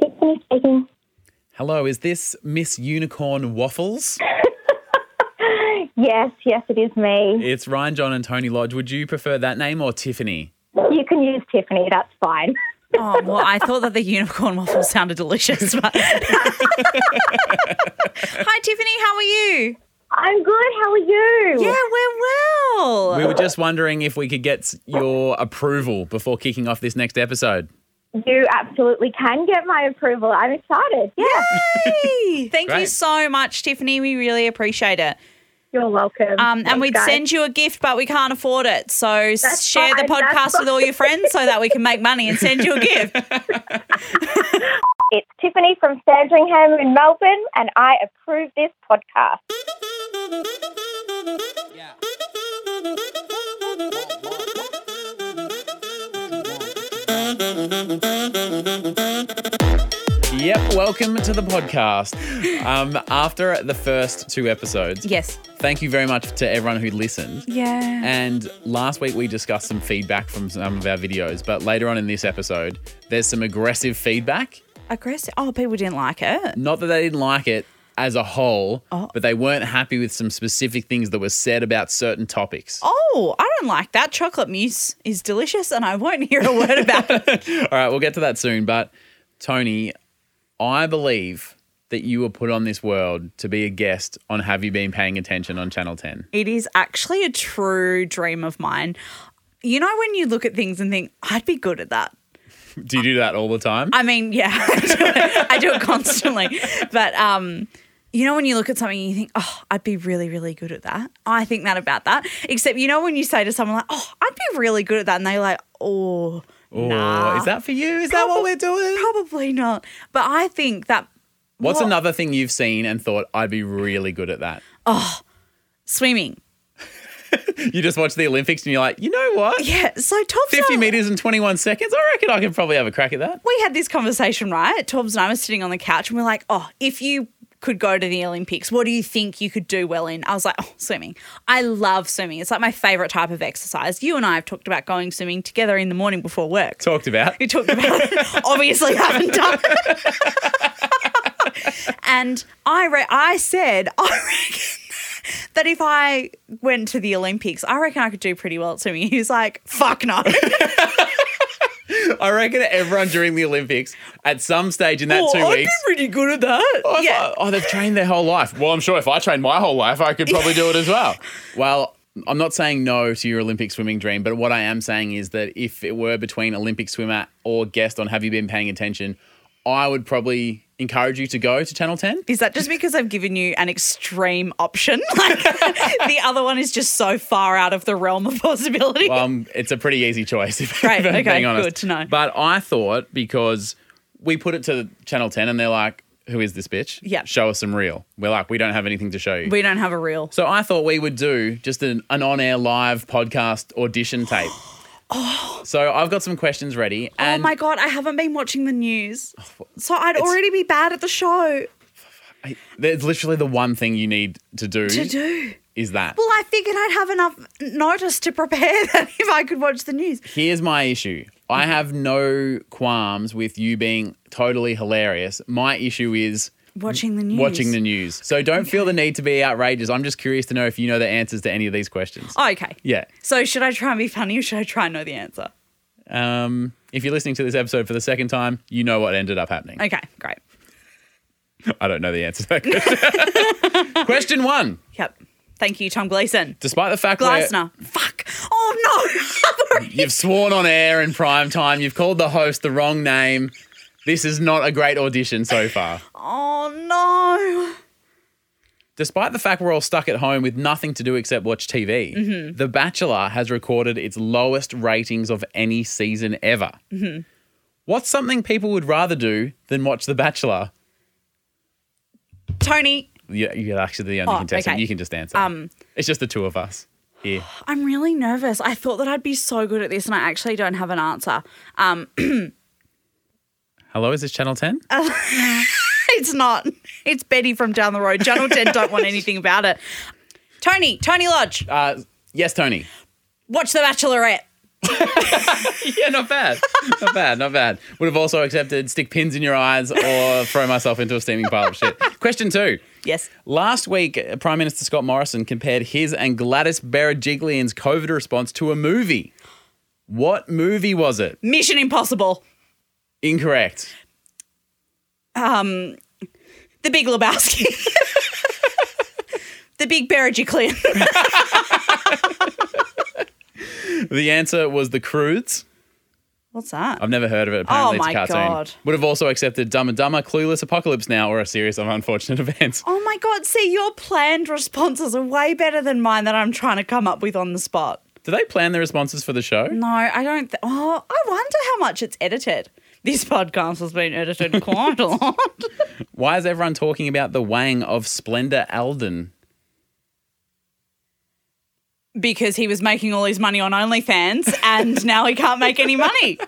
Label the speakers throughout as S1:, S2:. S1: Stephanie speaking.
S2: Hello, is this Miss Unicorn Waffles?
S1: Yes, yes, it is me.
S2: It's Ryan, John, and Tony Lodge. Would you prefer that name or Tiffany?
S1: You can use Tiffany, that's fine.
S3: Oh, well, I thought that the unicorn waffle sounded delicious. But... Hi, Tiffany. How are you?
S1: I'm good, how are you?
S3: Yeah, we're well.
S2: We were just wondering if we could get your approval before kicking off this next episode.
S1: You absolutely can get my approval. I'm excited. Yeah.
S3: Yay! Thank you
S2: Great.
S3: so much, Tiffany. We really appreciate it.
S1: You're welcome.
S3: Um, and we'd send you a gift, but we can't afford it. So s-
S1: That's
S3: share the
S1: fine, that's
S3: podcast with all your friends so that we can make money and send you a gift.
S1: It's Tiffany from Sandringham in Melbourne, and I approve this podcast.
S2: Yep, welcome to the podcast. Um, after the first two episodes,
S3: yes.
S2: thank you very much to everyone who listened.
S3: Yeah.
S2: And last week we discussed some feedback from some of our videos, but later on in this episode, there's some aggressive feedback.
S3: Aggressive. Oh, people didn't like it.
S2: Not that they didn't like it as a whole,
S3: Oh.
S2: but they weren't happy with some specific things that were said about certain topics.
S3: Oh, I don't like that. Chocolate mousse is delicious, and I won't hear a word about it.
S2: All right, we'll get to that soon. But Tony, I believe that you were put on this world to be a guest on Have You Been Paying Attention on Channel 10.
S3: It is actually a true dream of mine. You know, when you look at things and think, I'd be good at that.
S2: Do you do that all the time?
S3: I mean, yeah, I do it, I do it constantly. But um, you know, when you look at something and you think, oh, I'd be really, really good at that. I think that about that. Except, you know, when you say to someone like, oh, I'd be really good at that, and they're like, oh,
S2: Or
S3: nah,
S2: is that for you? Is that what we're doing?
S3: probably not. But I think that
S2: What's
S3: what-
S2: another thing you've seen and thought, I'd be really good at that?
S3: swimming.
S2: You just watch the Olympics and you're like, you know what?
S3: Yeah, so Tom's
S2: 50
S3: not-
S2: meters in 21 seconds? I reckon I could probably have a crack at that.
S3: we had this conversation, right? Torbs and I were sitting on the couch and we're like, oh, if you could go to the Olympics, what do you think you could do well in? I was like, oh, swimming. I love swimming. It's like my favorite type of exercise. You and I have talked about going swimming together in the morning before work.
S2: Talked about.
S3: We talked about it. Obviously, haven't done it. and I, re- I said, I reckon that if I went to the Olympics, I reckon I could do pretty well at swimming. He was like, fuck no.
S2: I reckon everyone during the Olympics at some stage in that
S3: Oh,
S2: two
S3: I'd be
S2: weeks.
S3: pretty good at that.
S2: I was
S3: yeah.
S2: like, oh, they've trained their whole life. Well, I'm sure if I trained my whole life, I could probably do it as well. Well, I'm not saying no to your Olympic swimming dream, but what I am saying is that if it were between Olympic swimmer or guest on Have You Been Paying Attention, I would probably encourage you to go to Channel 10.
S3: Is that just because I've given you an extreme option? Like the other one is just so far out of the realm of possibility.
S2: Um, it's a pretty easy choice, if
S3: Right,
S2: I'm
S3: okay,
S2: being honest.
S3: good to know.
S2: But I thought because we put it to Channel 10 and they're like, who is this bitch?
S3: Yeah.
S2: Show us some real. We're like, we don't have anything to show you.
S3: we don't have a Oh real.
S2: So I thought we would do just an, an on air live podcast audition tape. So I've got some questions ready.
S3: Oh
S2: And
S3: my god, I haven't been watching the news. So I'd already be bad at the show
S2: I- there's literally the one thing you need to do,
S3: to do.
S2: is that.
S3: Well, I figured I'd have enough notice to prepare that if I could watch the news.
S2: Here's my issue. I
S3: Mm-hmm.
S2: have no qualms with you being totally hilarious. My issue is
S3: Watching the news.
S2: watching the news. So don't feel the need to be outrageous. I'm just curious to know if you know the answers to any of these questions.
S3: Oh, okay.
S2: Yeah.
S3: So should I try and be funny or should I try and know the answer?
S2: Um, if you're listening to this episode for the second time, you know what ended up happening.
S3: Okay, great.
S2: I don't know the answer to that question. question one.
S3: Yep. Thank you, Tom Gleason.
S2: Despite the fact we're-
S3: Gleisner. Fuck. Oh no. I've already
S2: you've sworn on air in prime time, you've called the host the wrong name. This is not a great audition so far.
S3: Oh no.
S2: Despite the fact we're all stuck at home with nothing to do except watch TV,
S3: Mm-hmm.
S2: The Bachelor has recorded its lowest ratings of any season ever.
S3: Mm-hmm.
S2: What's something people would rather do than watch The Bachelor?
S3: Tony,
S2: You- You're actually the only
S3: Oh,
S2: contestant.
S3: okay. Um,
S2: You can just answer. it's just the two of us here.
S3: I'm really nervous. I thought that I'd be so good at this and I actually don't have an answer. Um,
S2: Hello, is this Channel 10?
S3: Uh, it's not. It's Betty from down the road. Channel 10 don't want anything about it. Tony, Tony Lodge,
S2: Uh, yes, Tony.
S3: watch The Bachelorette.
S2: yeah, not bad. Not bad, not bad. Would have also accepted stick pins in your eyes or throw myself into a steaming pile of shit. Question two.
S3: Yes.
S2: Last week, uh, Prime Minister Scott Morrison compared his and Gladys Berejiklian's COVID response to a movie. What movie was it?
S3: Mission Impossible.
S2: Incorrect.
S3: Um, The Big Lebowski. the Big Berejiklian.
S2: The answer was The Croods.
S3: What's that?
S2: I've never heard of it. Apparently, it's
S3: Oh my
S2: a cartoon.
S3: God.
S2: Would have also accepted Dumb and Dumber, Clueless, Apocalypse Now, or a series of unfortunate events.
S3: Oh my God, see, your planned responses are way better than mine that I'm trying to come up with on the spot.
S2: Do they plan the responses for the show?
S3: No, I don't. Th- oh, I wonder how much it's edited. This podcast has been edited quite a lot.
S2: Why is everyone talking about the weighing of Splendor Alden?
S3: Because he was making all his money on OnlyFans and now he can't make any money.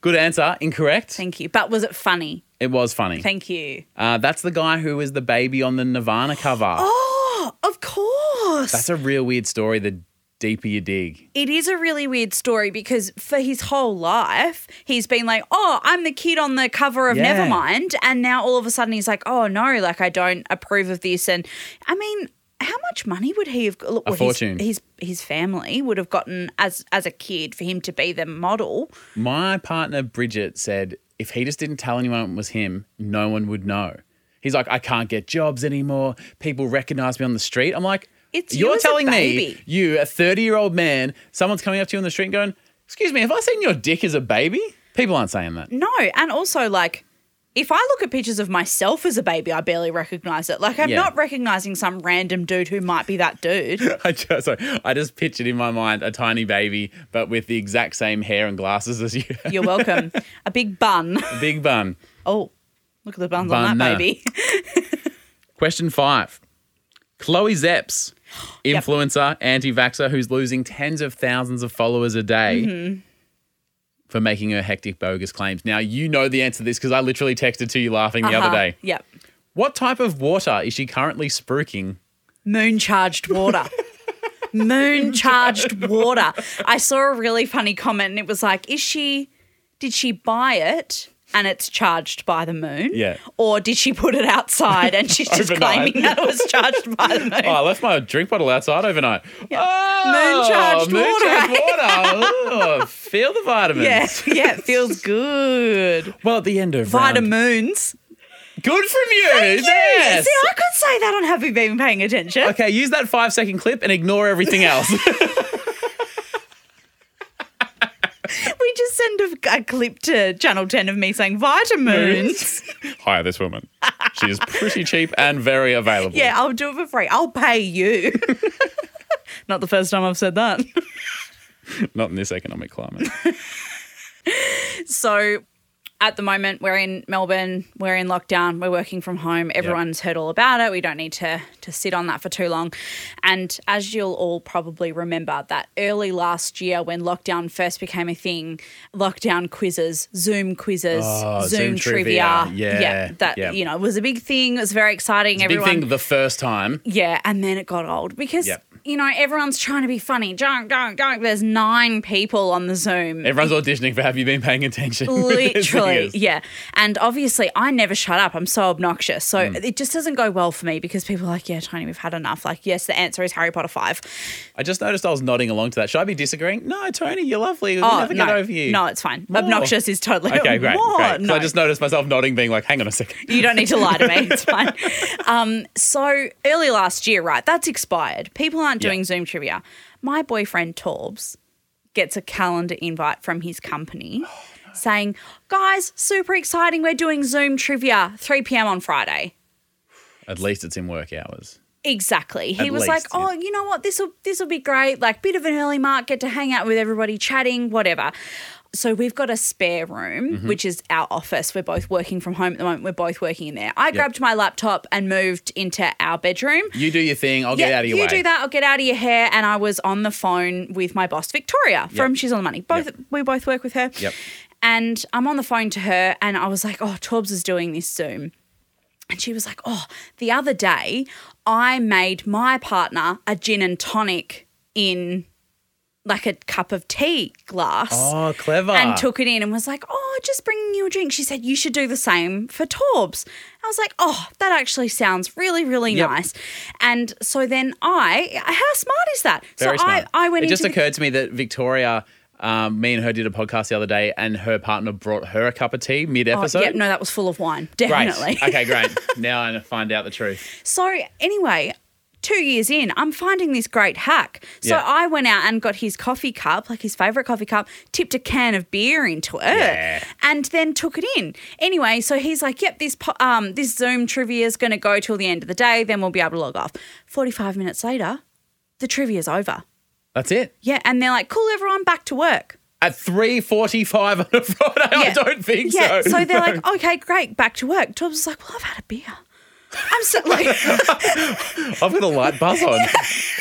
S2: Good answer. Incorrect.
S3: Thank you. But was it funny?
S2: it was funny.
S3: Thank you.
S2: Uh, that's the guy who was the baby on the Nirvana cover.
S3: Oh, Of course.
S2: That's a real weird story. The deeper you dig,
S3: it is a really weird story because for his whole life he's been like, "Oh, I'm the kid on the cover of
S2: Yeah.
S3: Nevermind," and now all of a sudden he's like, "Oh no, like I don't approve of this." And I mean, how much money would he have? Look, his-
S2: fortune.
S3: His, his family would have gotten as as a kid for him to be the model.
S2: my partner Bridget said if he just didn't tell anyone it was him, no one would know. He's like, I can't get jobs anymore. People recognize me on the street. I'm like,
S3: It's you
S2: you're
S3: as a
S2: telling me
S3: baby."
S2: you, a 30 year old man, someone's coming up to you on the street and going, Excuse me, have I seen your dick as a baby? People aren't saying that.
S3: No, and also like. If I look at pictures of myself as a baby, I barely recognize it. Like, I'm
S2: Yeah.
S3: not recognizing some random dude who might be that dude.
S2: I just, sorry, I just pictured in my mind a tiny baby, but with the exact same hair and glasses as you.
S3: You're welcome. a big bun.
S2: Big bun.
S3: Oh, look at the buns on
S2: Bun-na.
S3: that baby.
S2: Question five. Chloe Zepps, influencer, anti vaxxer, who's losing tens of thousands of followers a day
S3: Mm-hmm.
S2: for making her hectic, bogus claims. Now, you know the answer to this because I literally texted to you laughing the other
S3: Uh-huh.
S2: day.
S3: Yep.
S2: What type of water is she currently spruiking?
S3: Moon charged water. Moon charged water. I saw a really funny comment and it was like, is she, did she buy it? And it's charged by the moon.
S2: Yeah.
S3: Or did she put it outside and she's just
S2: Overnight.
S3: claiming that it was charged by the moon?
S2: Oh, I left my drink bottle outside overnight. Oh,
S3: Moon-charged water,
S2: moon-charged water. Oh, feel the vitamins.
S3: yeah. Yeah. It feels good.
S2: Well, at the end of round-
S3: Vitamins.
S2: Good from you.
S3: Yeah,
S2: yes.
S3: See, I could say that on Have You Been Paying Attention?
S2: Okay, use that five second clip and ignore everything else.
S3: We just send a, a clip to Channel 10 of me saying vitamins.
S2: Hire this woman. She is pretty cheap and very available.
S3: Yeah, I'll do it for free. I'll pay you. Not the first time I've said that.
S2: Not in this economic climate.
S3: So at the moment, we're in Melbourne, we're in lockdown, we're working from home. Everyone's heard all about it. We don't need to, to sit on that for too long. And as you'll all probably remember, that early last year when lockdown first became a thing, lockdown quizzes, Zoom quizzes,
S2: Oh, Zoom
S3: Zoom,
S2: trivia.
S3: trivia.
S2: Yeah,
S3: That,
S2: yeah.
S3: you know, was a big thing. It was very exciting.
S2: Big
S3: Everyone
S2: thing the first time.
S3: Yeah, and then it got old because
S2: Yep.
S3: you know everyone's trying to be funny. Junk, junk, junk. There's nine people on the Zoom.
S2: Everyone's auditioning for have you been paying attention? This thing
S3: Literally,
S2: is-
S3: yeah. And obviously, I never shut up. I'm so obnoxious. So
S2: Mm.
S3: it just doesn't go well for me because people are like, yeah, Tony, we've had enough. Like, yes, the answer is Harry Potter 5.
S2: I just noticed I was nodding along to that. Should I be disagreeing? No, Tony, you're lovely. We'll
S3: Oh,
S2: never
S3: no.
S2: get over you.
S3: No, it's fine.
S2: More.
S3: Obnoxious is totally
S2: Okay, great.
S3: More.
S2: great. 'Cause
S3: No.
S2: I just noticed myself nodding, being like, hang on a second.
S3: You don't need to lie to me. It's fine. Um, so early last year, right? That's expired. People aren't doing
S2: Yeah.
S3: Zoom trivia. My boyfriend Torbs gets a calendar invite from his company saying, "Guys, super exciting! We're doing Zoom trivia, 3 p.m. on Friday."
S2: At least it's in work hours.
S3: Exactly. He
S2: At
S3: was like,
S2: least, yeah.
S3: "Oh, you know what? This will this will be great. Like, bit of an early mark, get to hang out with everybody, chatting, whatever." So we've got a spare room,
S2: Mm-hmm.
S3: which is our office. We're both working from home at the moment. We're both working in there. I grabbed my laptop and moved into our bedroom.
S2: You do your thing. I'll get out of your
S3: you
S2: way.
S3: do that. I'll get out of your hair. And I was on the phone with my boss, Victoria, from She's on the Money. Both
S2: Yep.
S3: we both work with her.
S2: Yep.
S3: And I'm on the phone to her, and I was like, "Oh, Torbs is doing this Zoom," and she was like, "Oh, the other day, I made my partner a gin and tonic in." like a cup of tea glass
S2: Oh, clever.
S3: and took it in and was like, "Oh, just bringing you a drink." She said, "You should do the same for Torbs." I was like, "Oh, that actually sounds really, really
S2: Yep.
S3: nice." And so then I, how smart is that?
S2: Very
S3: so
S2: smart.
S3: I, I
S2: It
S3: went into
S2: just
S3: the-
S2: occurred to me that Victoria, um, me and her did a podcast the other day, and her partner brought her a cup of tea
S3: Oh,
S2: mid-episode.
S3: yep, no, that was full of wine,
S2: Great.
S3: definitely.
S2: okay, great. Now I find out the truth.
S3: So anyway, two years in, I'm finding this great hack. So
S2: Yeah.
S3: I went out and got his coffee cup, like his favorite coffee cup, tipped a can of beer into it,
S2: Yeah.
S3: and then took it in. Anyway, so he's like, "Yep, this po- um this Zoom trivia is going to go till the end of the day. Then we'll be able to log off." Forty five minutes later, the trivia's over.
S2: That's it.
S3: Yeah, and they're like, "Cool, everyone, back to work."
S2: At three forty-five on a Friday, I
S3: Yeah.
S2: don't think
S3: yeah.
S2: so.
S3: So they're like, "Okay, great, back to work." Jobs was like, "Well, I've had a beer." I'm so like.
S2: I've got a light buzz on.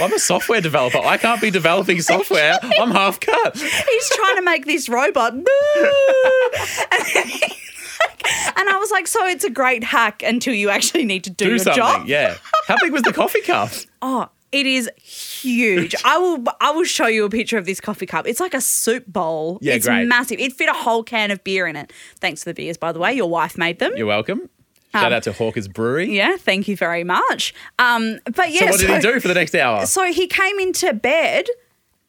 S2: I'm a software developer. I can't be developing software. I'm half cut.
S3: he's trying to make this robot. Boo! and then he- and I was like, so it's a great hack until you actually need to do,
S2: Do
S3: your
S2: something.
S3: job.
S2: Yeah. How big was the coffee cup?
S3: Oh, it is huge. I will I will show you a picture of this coffee cup. It's like a soup bowl.
S2: Yeah,
S3: it's
S2: great.
S3: massive. It fit a whole can of beer in it. Thanks for the beers, by the way. Your wife made them.
S2: You're welcome.
S3: Um,
S2: Shout out to Hawker's Brewery.
S3: yeah, thank you very much. Um, but yeah,
S2: so what did he do for the next hour?
S3: So he came into bed.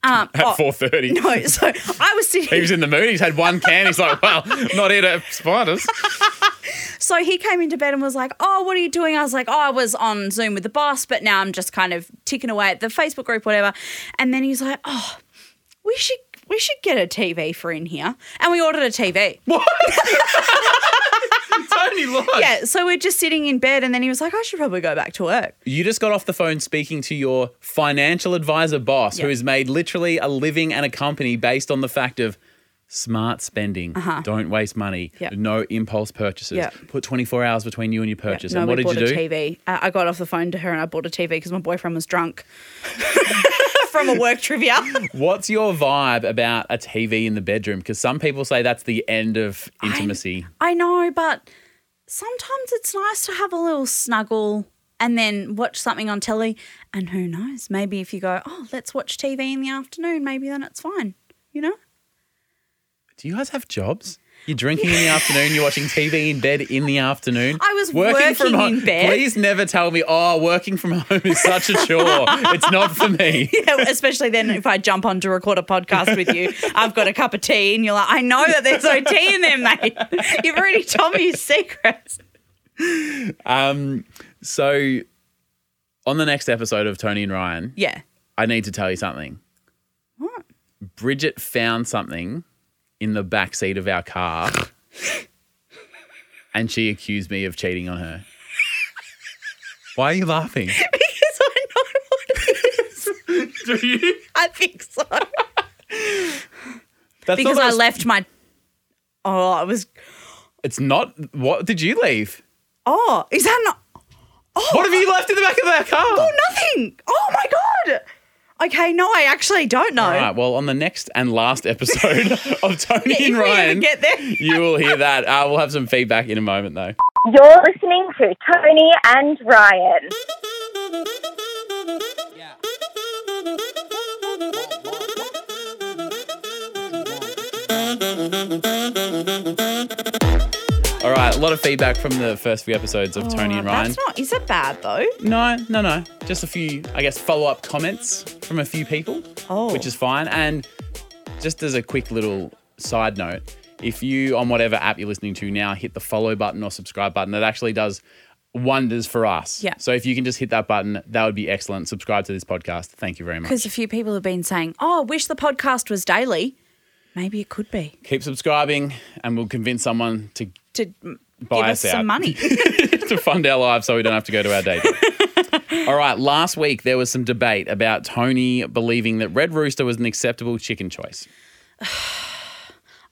S3: Um,
S2: At
S3: oh,
S2: four thirty.
S3: No, so I was sitting.
S2: He was in the mood. He's had one can. He's like, well, not here to spiders.
S3: So he came into bed and was like, Oh, what are you doing? I was like, Oh, I was on Zoom with the boss, but now I'm just kind of ticking away at the Facebook group, whatever. And then he's like, Oh, we should we should get a TV for in here. And we ordered a TV.
S2: What? Tony Lodge.
S3: Yeah. So we're just sitting in bed and then he was like, I should probably go back to work.
S2: You just got off the phone speaking to your financial advisor boss who
S3: Yeah.
S2: has made literally a living and a company based on the fact of smart spending. Don't waste money.
S3: Uh-huh. Yeah.
S2: No impulse purchases.
S3: Yeah.
S2: Put 24 hours between you and your purchase.
S3: no,
S2: and what
S3: we
S2: did
S3: bought
S2: you do?
S3: a TV. Uh, I got off the phone to her and I bought a TV because my boyfriend was drunk from a work trivia.
S2: What's your vibe about a TV in the bedroom? Because some people say that's the end of intimacy.
S3: I know, but sometimes it's nice to have a little snuggle and then watch something on telly. And who knows? Maybe if you go, oh, let's watch TV in the afternoon, maybe then it's fine, you know?
S2: Do you guys have jobs? You're drinking in the afternoon, you're watching TV in bed in the afternoon.
S3: I was working
S2: home.
S3: in bed.
S2: Please never tell me, oh, working from home is such a chore. it's not for me.
S3: Yeah, Especially then if I jump on to record a podcast with you, I've got a cup of tea, and you're like, I know that there's no tea in there, mate. You've already told me your secrets.
S2: Um, So, on the next episode of Tony and Ryan,
S3: Yeah.
S2: I need to tell you something.
S3: What?
S2: Bridget found something in the back seat of our car, and she accused me of cheating on her. Why are you laughing?
S3: Because I know what it is.
S2: Do you?
S3: I think so.
S2: That's
S3: Because
S2: not
S3: I
S2: a-
S3: left my. Oh, I was.
S2: It's not. What did you leave?
S3: Oh, is that not. Oh,
S2: What have you left in the back of that car?
S3: nothing. Oh my god. Okay, no, I actually don't know.
S2: All right. Well, on the next and last episode of Tony
S3: If
S2: and
S3: we even
S2: Ryan,
S3: get there.
S2: you will hear that. Uh, we'll have some feedback in a moment, though.
S1: You're listening to Tony and Ryan.
S2: All right. A lot of feedback from the first few episodes of Tony
S3: Oh,
S2: and Ryan.
S3: That's not. Is it bad though?
S2: No, no, no. Just a few, I guess, follow up comments from a few people,
S3: Oh.
S2: which is fine. And just as a quick little side note, if you, on whatever app you're listening to now, hit the follow button or subscribe button, that actually does wonders for us.
S3: Yeah.
S2: So if you can just hit that button, that would be excellent. Subscribe to this podcast. Thank you very much.
S3: Because a few people have been saying, "Oh, I wish the podcast was daily." Maybe it could be
S2: Keep subscribing, and we'll convince someone to
S3: to mm,
S2: Buy
S3: give
S2: us
S3: us
S2: out.
S3: some money.
S2: to fund our lives so we don't have to go to our date. All right, last week there was some debate about Tony believing that Red Rooster was an acceptable chicken choice.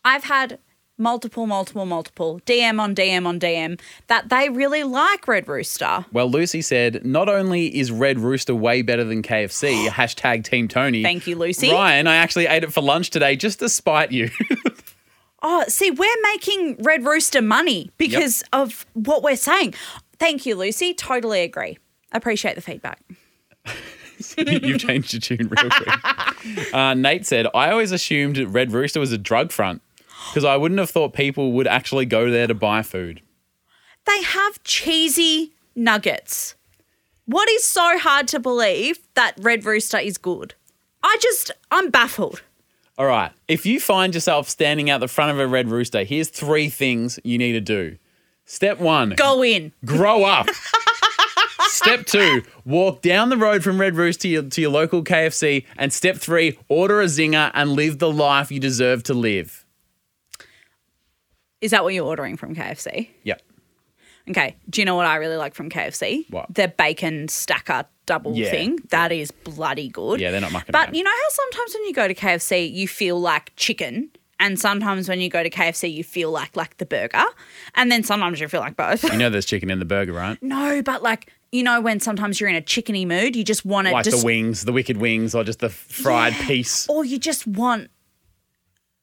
S3: I've had multiple, multiple, multiple DM on DM on DM that they really like Red Rooster.
S2: Well, Lucy said, not only is Red Rooster way better than KFC, hashtag Team Tony.
S3: Thank you, Lucy.
S2: Ryan, I actually ate it for lunch today just to spite you.
S3: Oh, see, we're making Red Rooster money because of what we're saying. Thank you, Lucy. Totally agree. Appreciate the feedback.
S2: You've changed your tune real quick. Uh, Nate said, I always assumed Red Rooster was a drug front because I wouldn't have thought people would actually go there to buy food.
S3: They have cheesy nuggets. What is so hard to believe that Red Rooster is good? I just, I'm baffled.
S2: All right. If you find yourself standing out the front of a Red Rooster, here's three things you need to do. Step one
S3: Go in.
S2: grow up. step two, walk down the road from Red Roost to your, to your local KFC. And step three, order a zinger and live the life you deserve to live.
S3: Is that what you're ordering from KFC?
S2: Yep.
S3: Okay. Do you know what I really like from KFC?
S2: What?
S3: Their bacon stacker double
S2: Yeah.
S3: thing. That is bloody good.
S2: Yeah, they're not mucking
S3: But
S2: about.
S3: you know how sometimes when you go to KFC, you feel like chicken, and sometimes when you go to KFC, you feel like like the burger, and then sometimes you feel like both.
S2: You know there's chicken in the burger, right?
S3: no, but like you know when sometimes you're in a chickeny mood, you just want to
S2: Like
S3: just
S2: the wings, the wicked wings, or just the fried piece.
S3: or you just want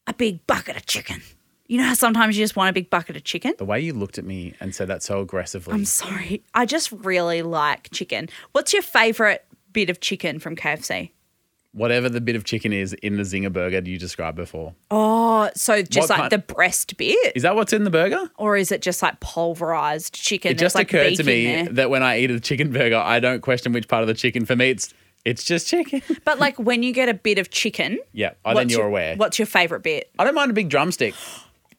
S3: a big bucket of chicken. You know how sometimes you just want a big bucket of chicken.
S2: The way you looked at me and said that so aggressively.
S3: I'm sorry. I just really like chicken. What's your favorite bit of chicken from KFC?
S2: Whatever the bit of chicken is in the zinger burger you described before.
S3: Oh, so
S2: What
S3: just like
S2: kind-
S3: the breast bit,
S2: Is that what's in the burger?
S3: or is it just like pulverized chicken?
S2: It just
S3: like
S2: occurred
S3: beef
S2: to
S3: in
S2: me
S3: there?
S2: that when I eat a chicken burger, I don't question which part of the chicken. For me, it's it's just chicken.
S3: But like when you get a bit of chicken,
S2: yeah, oh, then
S3: what's
S2: you're
S3: your-
S2: aware.
S3: What's your favorite bit?
S2: I don't mind a big drumstick.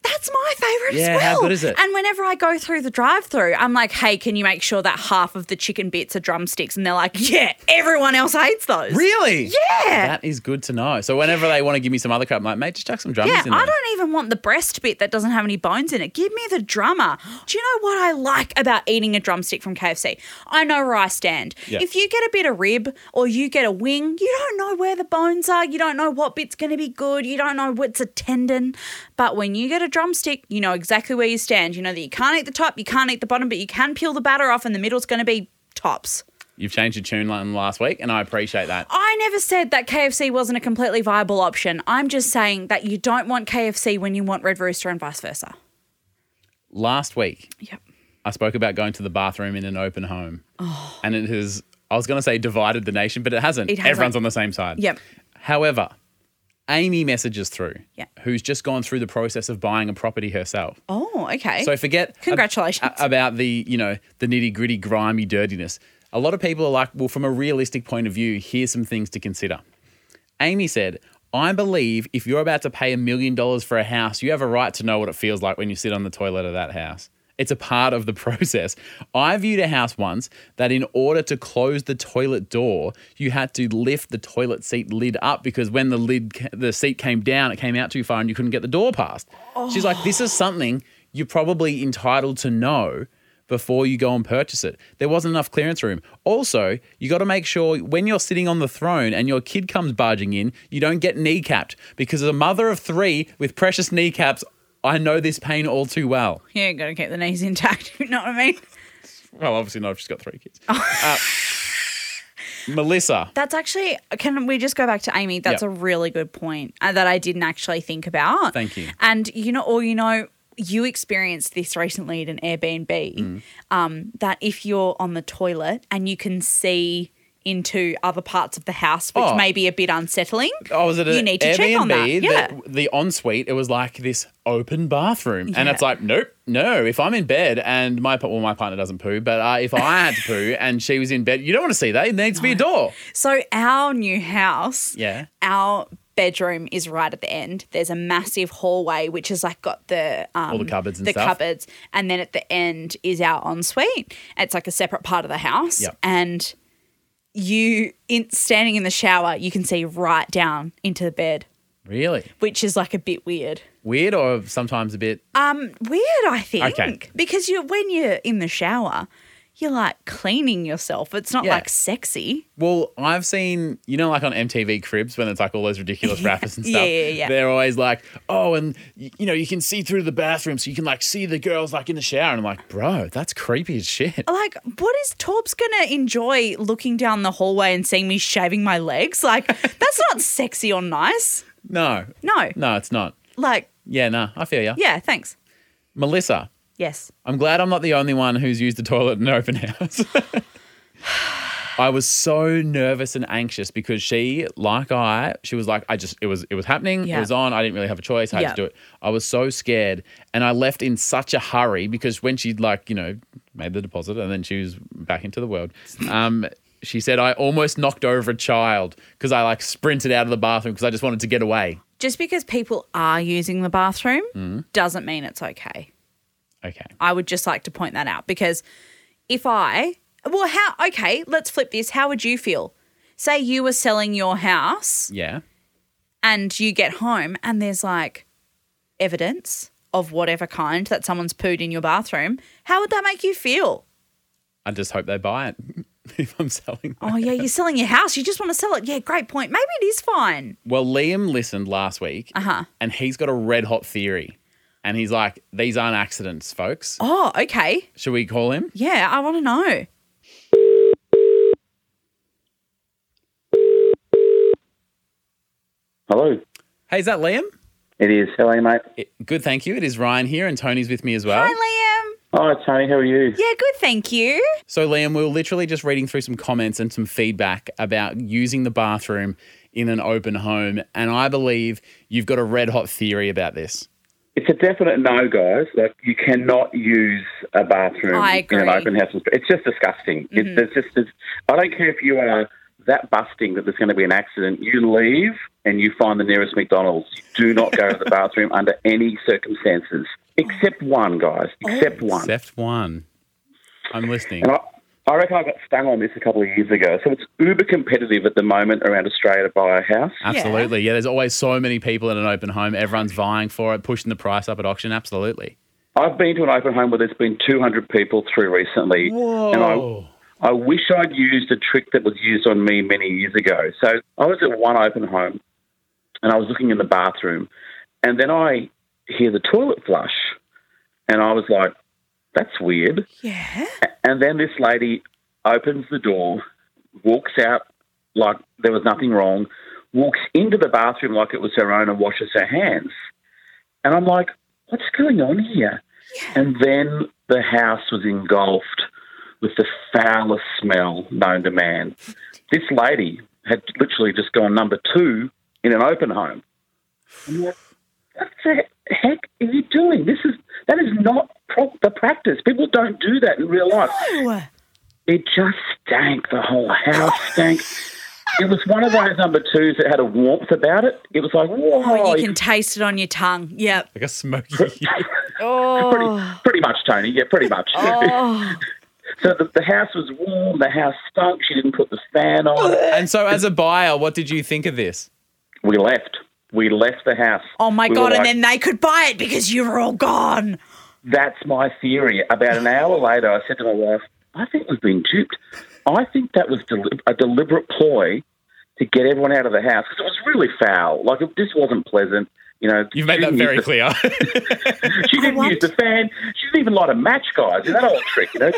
S3: That's my favorite
S2: Yeah,
S3: as well.
S2: how good is it?
S3: And whenever I go through the drive-through, I'm like, "Hey, can you make sure that half of the chicken bits are drumsticks?" And they're like, "Yeah, everyone else hates those."
S2: Really?
S3: Yeah.
S2: That is good to know. So whenever they want to give me some other crap, I'm like, mate, just chuck some drums
S3: Yeah,
S2: in there.
S3: I don't even want the breast bit that doesn't have any bones in it. Give me the drummer. Do you know what I like about eating a drumstick from KFC? I know where I stand.
S2: Yeah.
S3: If you get a bit of rib or you get a wing, you don't know where the bones are. You don't know what bit's going to be good. You don't know what's a tendon. But when you get a drumstick, you know exactly where you stand. You know that you can't eat the top, you can't eat the bottom, but you can peel the batter off, and the middle's going to be tops.
S2: You've changed your tune line last week, and I appreciate that.
S3: I never said that KFC wasn't a completely viable option. I'm just saying that you don't want KFC when you want Red Rooster and vice versa.
S2: Last week,
S3: Yep.
S2: I spoke about going to the bathroom in an open home, and it has. I was going to say divided the nation, but it hasn't.
S3: Oh. It hasn't.
S2: Everyone's on the same side.
S3: Yep.
S2: However, Amy messages through,
S3: Yeah.
S2: who's just gone through the process of buying a property herself.
S3: Oh, okay.
S2: So forget ab-
S3: Congratulations.
S2: a- about the you know the nitty gritty grimy dirtiness. A lot of people are like, well, from a realistic point of view, here's some things to consider. Amy said, I believe if you're about to pay a million dollars for a house, you have a right to know what it feels like when you sit on the toilet of that house. It's a part of the process. I viewed a house once that in order to close the toilet door, you had to lift the toilet seat lid up because when the lid ca- the seat came down, it came out too far and you couldn't get the door past. She's like, this is something you're probably entitled to know before you go and purchase it. There wasn't enough clearance room. Also, you got to make sure when you're sitting on the throne and your kid comes barging in, you don't get kneecapped because as a mother of three with precious kneecaps, I know this pain all too well.
S3: yeah, you gotta keep the knees intact. You know what I mean?
S2: Well, obviously not if she's got three kids.
S3: Oh.
S2: Uh, Melissa,
S3: That's actually. Can we just go back to Amy? That's
S2: Yep.
S3: a really good point uh, that I didn't actually think about.
S2: Thank you.
S3: And you know, or you know, you experienced this recently at an Airbnb. Um, that if you're on the toilet and you can see into other parts of the house, which
S2: Oh.
S3: may be a bit unsettling.
S2: I oh, was at an
S3: you need to
S2: Airbnb.
S3: check on that. Yeah.
S2: that- the ensuite, it was like this open bathroom, and
S3: Yeah.
S2: it's like, nope, no. If I'm in bed and my pa- well, my partner doesn't poo, but uh, if I had to poo and she was in bed, you don't want to see that. It needs to be a door.
S3: so our new house.
S2: Yeah.
S3: Our bedroom is right at the end. There's a massive hallway which has like got the um,
S2: All the cupboards and
S3: the
S2: stuff.
S3: cupboards, and then at the end is our ensuite. It's like a separate part of the house,
S2: Yep.
S3: and you in standing in the shower, you can see right down into the bed,
S2: Really?
S3: which is like a bit weird.
S2: Weird or sometimes a bit.
S3: Um, weird, I think,
S2: Okay.
S3: because you when you're in the shower, you're like cleaning yourself. It's not
S2: Yeah.
S3: like sexy.
S2: Well, I've seen, you know, like on MTV Cribs when it's like all those ridiculous rappers and
S3: Yeah,
S2: stuff.
S3: yeah, yeah.
S2: They're always like, oh, and, y- you know, you can see through the bathroom so you can like see the girls like in the shower. And I'm like, bro, that's creepy as shit.
S3: like, what is Torb's gonna enjoy looking down the hallway and seeing me shaving my legs? Like, that's not sexy or nice.
S2: No.
S3: No.
S2: No, it's not.
S3: Like,
S2: Yeah, no, I feel you.
S3: yeah, thanks.
S2: Melissa,
S3: Yes.
S2: I'm glad I'm not the only one who's used the toilet in an open house. I was so nervous and anxious because she, like I, she was like, I just it was it was happening.
S3: Yeah.
S2: It was on. I didn't really have a choice. I had
S3: Yeah.
S2: to do it. I was so scared, and I left in such a hurry because when she like you know made the deposit and then she was back into the world. Um, she said I almost knocked over a child because I like sprinted out of the bathroom because I just wanted to get away.
S3: Just because people are using the bathroom doesn't mean it's okay.
S2: Okay.
S3: I would just like to point that out because if I, well, how, okay, let's flip this. How would you feel? Say you were selling your house
S2: Yeah.
S3: and you get home and there's like evidence of whatever kind that someone's pooed in your bathroom. How would that make you feel?
S2: I just hope they buy it if I'm selling.
S3: Oh, yeah, you're selling your house. You just want to sell it. Yeah, great point. Maybe it is fine.
S2: Well, Liam listened last week,
S3: Uh-huh.
S2: and he's got a red hot theory, and he's like, "These aren't accidents, folks."
S3: Oh, okay.
S2: Should we call him?
S3: Yeah, I want to know.
S4: Hello.
S2: Hey, is that Liam?
S4: It is. How are you, mate?
S2: It- good, thank you. It is Ryan here, and Tony's with me as well.
S3: Hi, Liam.
S4: Hi, Oh, Tony. How are you?
S3: Yeah, good. Thank you.
S2: So, Liam, we were literally just reading through some comments and some feedback about using the bathroom in an open home, and I believe you've got a red hot theory about this.
S4: It's a definite no, guys. Like, you cannot use a bathroom
S3: I
S4: in an
S3: agree. Mm-hmm.
S4: open house. It's just disgusting. It, there's just, there's, I don't care if you are that busting that there's going to be an accident. You leave and you find the nearest McDonald's. You do not go to the bathroom under any circumstances, except one, guys.
S3: Oh.
S4: Except one.
S2: Except one. I'm listening.
S4: And I, I reckon I got stung on this a couple of years ago. So it's uber competitive at the moment around Australia to buy a house.
S2: Absolutely. yeah, there's always so many people in an open home. Everyone's vying for it, pushing the price up at auction. Absolutely.
S4: I've been to an open home where there's been 200 people through recently, and I, I wish I'd used a trick that was used on me many years ago. So I was at one open home, and I was looking in the bathroom, and then I hear the toilet flush, and I was like, "That's weird."
S3: Yeah.
S4: And then this lady opens the door, walks out like there was nothing wrong, walks into the bathroom like it was her own and washes her hands. And I'm like, what's going on here? And then the house was engulfed with the foulest smell known to man. This lady had literally just gone number two in an open home. I'm like, what the heck are you doing? This is that is not pro- the practice. People don't do that in real life.
S3: Oh,
S4: It just stank. The whole house stank. It was one of those number twos that had a warmth about it. It was like, whoa,
S3: you can taste it on your tongue. Yep.
S2: Like a smoky.
S4: pretty,
S3: Oh.
S4: pretty much, Tony. Yeah, pretty much. so the, the house was warm. The house stunk. She didn't put the fan on.
S2: and so, as a buyer, what did you think of this?
S4: We left. We left the house.
S3: Oh my
S4: We were
S3: god!
S4: like,
S3: and then they could buy it because you were all gone.
S4: That's my theory. About an hour later, I said to my wife, I think we've been duped. I think that was deli- a deliberate ploy to get everyone out of the house because it was really foul. Like, it, this wasn't pleasant. You know,
S2: You've made
S4: she
S2: that
S4: didn't
S2: very
S4: use
S2: clear.
S4: The, she didn't use the fan. She didn't even light a match, guys. That old trick, you know.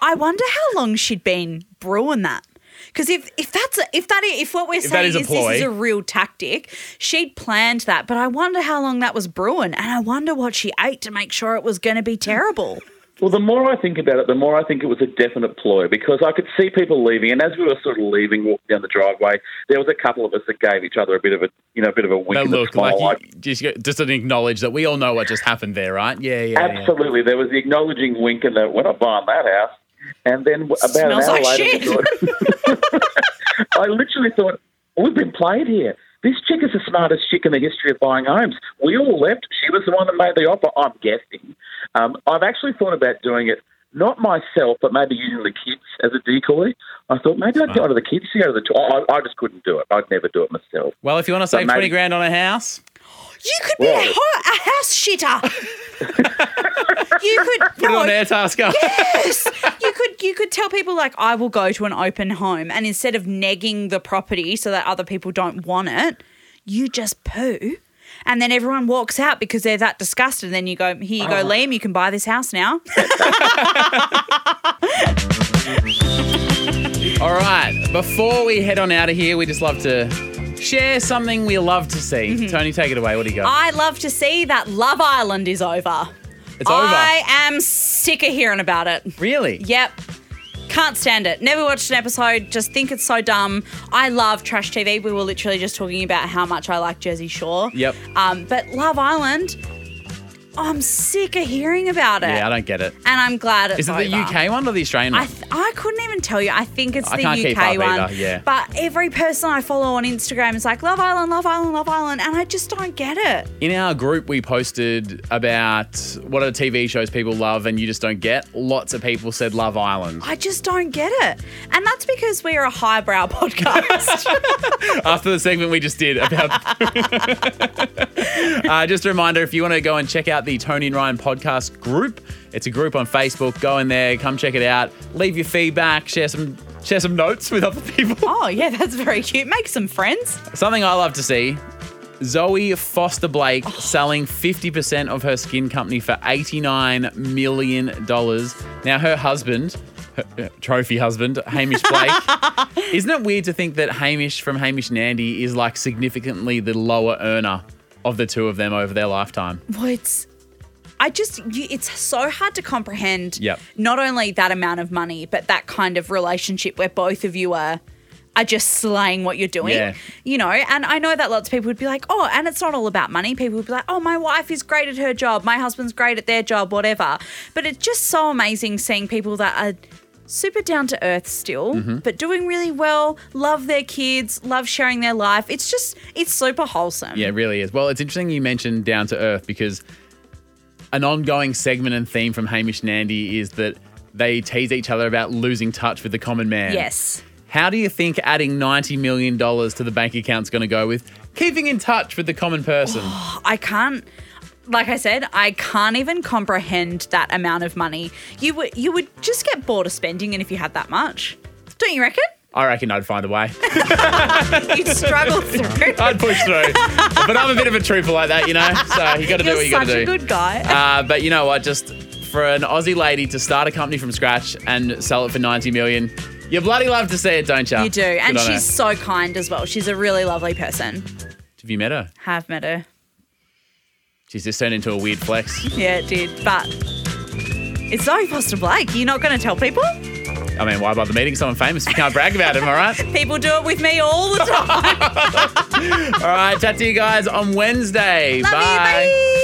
S3: I wonder how long she'd been brewing that. Because if if that's a, if that i- if what we're
S2: that
S3: saying
S2: is a
S3: is this is
S2: ploy.
S3: a real tactic, she'd planned that. But I wonder how long that was brewing, and I wonder what she ate to make sure it was going to be terrible.
S4: Well, the more I think about it, the more I think it was a definite ploy because I could see people leaving, and as we were sort of leaving, walking down the driveway, there was a couple of us that gave each other a bit of a, you know, a bit of a wink
S2: that
S4: and a
S2: look
S4: smile,
S2: like, you, just, just didn't acknowledge that we all know what just happened there, right? Yeah, yeah. yeah.
S4: Absolutely. There was the acknowledging wink and the, we're not buying that house. And then w- about
S3: Smells
S4: an hour
S3: like
S4: later, we thought- I literally thought, "Oh, we've been played here. This chick is the smartest chick in the history of buying homes. We all left. She was the one that made the offer, I'm guessing. Um, I've actually thought about doing it, not myself, but maybe using the kids as a decoy. I thought maybe I'd get out of the kids to go to the tour. I, I just couldn't do it. I'd never do it myself.
S2: Well, if you want to save
S4: maybe-
S2: 20 grand on a house,
S3: You could be a,
S4: Well-
S3: ho- a house shitter. you could
S2: put it
S3: no,
S2: on Airtasker.
S3: Yes. you could you could tell people like I will go to an open home and instead of negging the property so that other people don't want it, you just poo. And then everyone walks out because they're that disgusted. And then you go, here you
S2: Oh.
S3: go, Liam, you can buy this house now.
S2: All right. Before we head on out of here, we just love to share something we love to see. Tony, take it away. What do you got?
S3: I love to see that Love Island is over.
S2: it's
S3: I am sick of hearing about it.
S2: over. Really?
S3: Yep. Can't stand it. Never watched an episode. Just think it's so dumb. I love trash TV. We were literally just talking about how much I like Jersey Shore.
S2: Yep.
S3: Um, but Love Island, I'm sick of hearing about it.
S2: Yeah, I don't get it.
S3: and I'm glad it's
S2: Is it the
S3: over.
S2: UK one or the Australian one?
S3: I, th- I couldn't even tell you. I think it's
S2: I
S3: the
S2: can't
S3: UK
S2: keep up
S3: one.
S2: either, yeah.
S3: But every person I follow on Instagram is like Love Island, Love Island, Love Island, and I just don't get it.
S2: In our group, we posted about what are TV shows people love and you just don't get. Lots of people said Love Island.
S3: I just don't get it. And that's because we are a highbrow podcast.
S2: After the segment we just did about. uh, just a reminder if you want to go and check out the Tony and Ryan podcast group, it's a group on Facebook. Go in there, come check it out, leave your feedback, share some. Share some notes with other people.
S3: oh, yeah, that's very cute. Make some friends.
S2: Something I love to see Zoe Foster Blake selling 50% of her skin company for $89 million. Now, her husband, her, uh, trophy husband, Hamish Blake, isn't it weird to think that Hamish from Hamish and Andy is like significantly the lower earner of the two of them over their lifetime?
S3: Well, it's. I just, you, it's so hard to comprehend
S2: Yep.
S3: not only that amount of money, but that kind of relationship where both of you are are just slaying what you're doing.
S2: Yeah.
S3: You know, and I know that lots of people would be like, oh, and it's not all about money. People would be like, oh, my wife is great at her job, my husband's great at their job, whatever. But it's just so amazing seeing people that are super down to earth still,
S2: Mm-hmm.
S3: but doing really well, love their kids, love sharing their life. It's just, it's super wholesome.
S2: Yeah, it really is. Well, it's interesting you mentioned Down to Earth because an ongoing segment and theme from Hamish and Andy is that they tease each other about losing touch with the common man.
S3: Yes.
S2: How do you think adding $90 million to the bank account's going to go with keeping in touch with the common person?
S3: I can't. Like I said, I can't even comprehend that amount of money. You would you would just get bored of spending it if you had that much, don't you reckon?
S2: I reckon I'd find a way.
S3: You'd struggle through.
S2: I'd push through. but I'm a bit of a trooper like that, you know? So you got to do
S3: You're
S2: what you got
S3: such
S2: to do.
S3: a good guy.
S2: uh, but you know what? Just for an Aussie lady to start a company from scratch and sell it for 90 million, you bloody love to see it, don't you?
S3: you do, and
S2: Good on her.
S3: she's so kind as well. She's a really lovely person.
S2: Have you met her?
S3: Have met her.
S2: She's just turned into a weird flex.
S3: Yeah, it did. But it's Zoe Foster Blake. You're not going to tell people?
S2: I mean, why bother meeting someone famous if you can't brag about it, am I right?
S3: People do it with me all the time.
S2: All right, chat to you guys on Wednesday.
S3: Love you.
S2: Bye.
S3: Bye.